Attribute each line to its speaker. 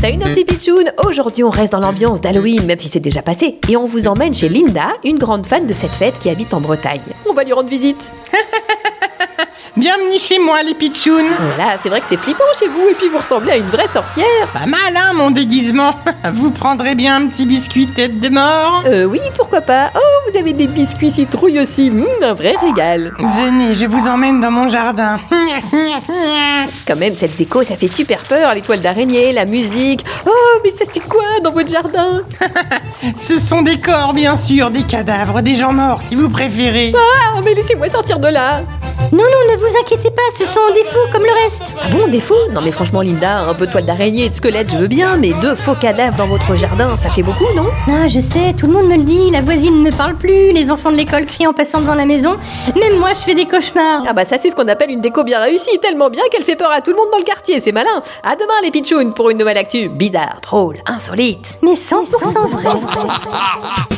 Speaker 1: Salut nos petits pitchouns Aujourd'hui on reste dans l'ambiance d'Halloween même si c'est déjà passé et on vous emmène chez Linda, une grande fan de cette fête qui habite en Bretagne. On va lui rendre visite.
Speaker 2: Bienvenue chez moi, les pitchounes
Speaker 1: Voilà, c'est vrai que c'est flippant chez vous et puis vous ressemblez à une vraie sorcière.
Speaker 2: Pas mal, hein, mon déguisement Vous prendrez bien un petit biscuit tête de mort
Speaker 1: Euh oui, pourquoi pas. Oh, vous avez des biscuits citrouilles aussi. Hum, un vrai régal.
Speaker 2: Venez, je vous emmène dans mon jardin.
Speaker 1: Quand même, cette déco, ça fait super peur. Les toiles d'araignée, la musique. Oh, mais ça c'est quoi dans votre jardin
Speaker 2: Ce sont des corps, bien sûr, des cadavres, des gens morts, si vous préférez.
Speaker 1: Ah, mais laissez-moi sortir de là.
Speaker 3: Non, non, ne vous inquiétez pas, ce sont des fous comme le reste.
Speaker 1: Ah bon, des faux Non mais franchement, Linda, un peu de toile d'araignée et de squelette, je veux bien, mais deux faux cadavres dans votre jardin, ça fait beaucoup, non
Speaker 3: Ah, je sais, tout le monde me le dit, la voisine ne me parle plus, les enfants de l'école crient en passant devant la maison, même moi je fais des cauchemars.
Speaker 1: Ah bah ça c'est ce qu'on appelle une déco bien réussie, tellement bien qu'elle fait peur à tout le monde dans le quartier, c'est malin. À demain les pitchounes pour une nouvelle actu bizarre, drôle, insolite.
Speaker 3: Mais 100%, vrai.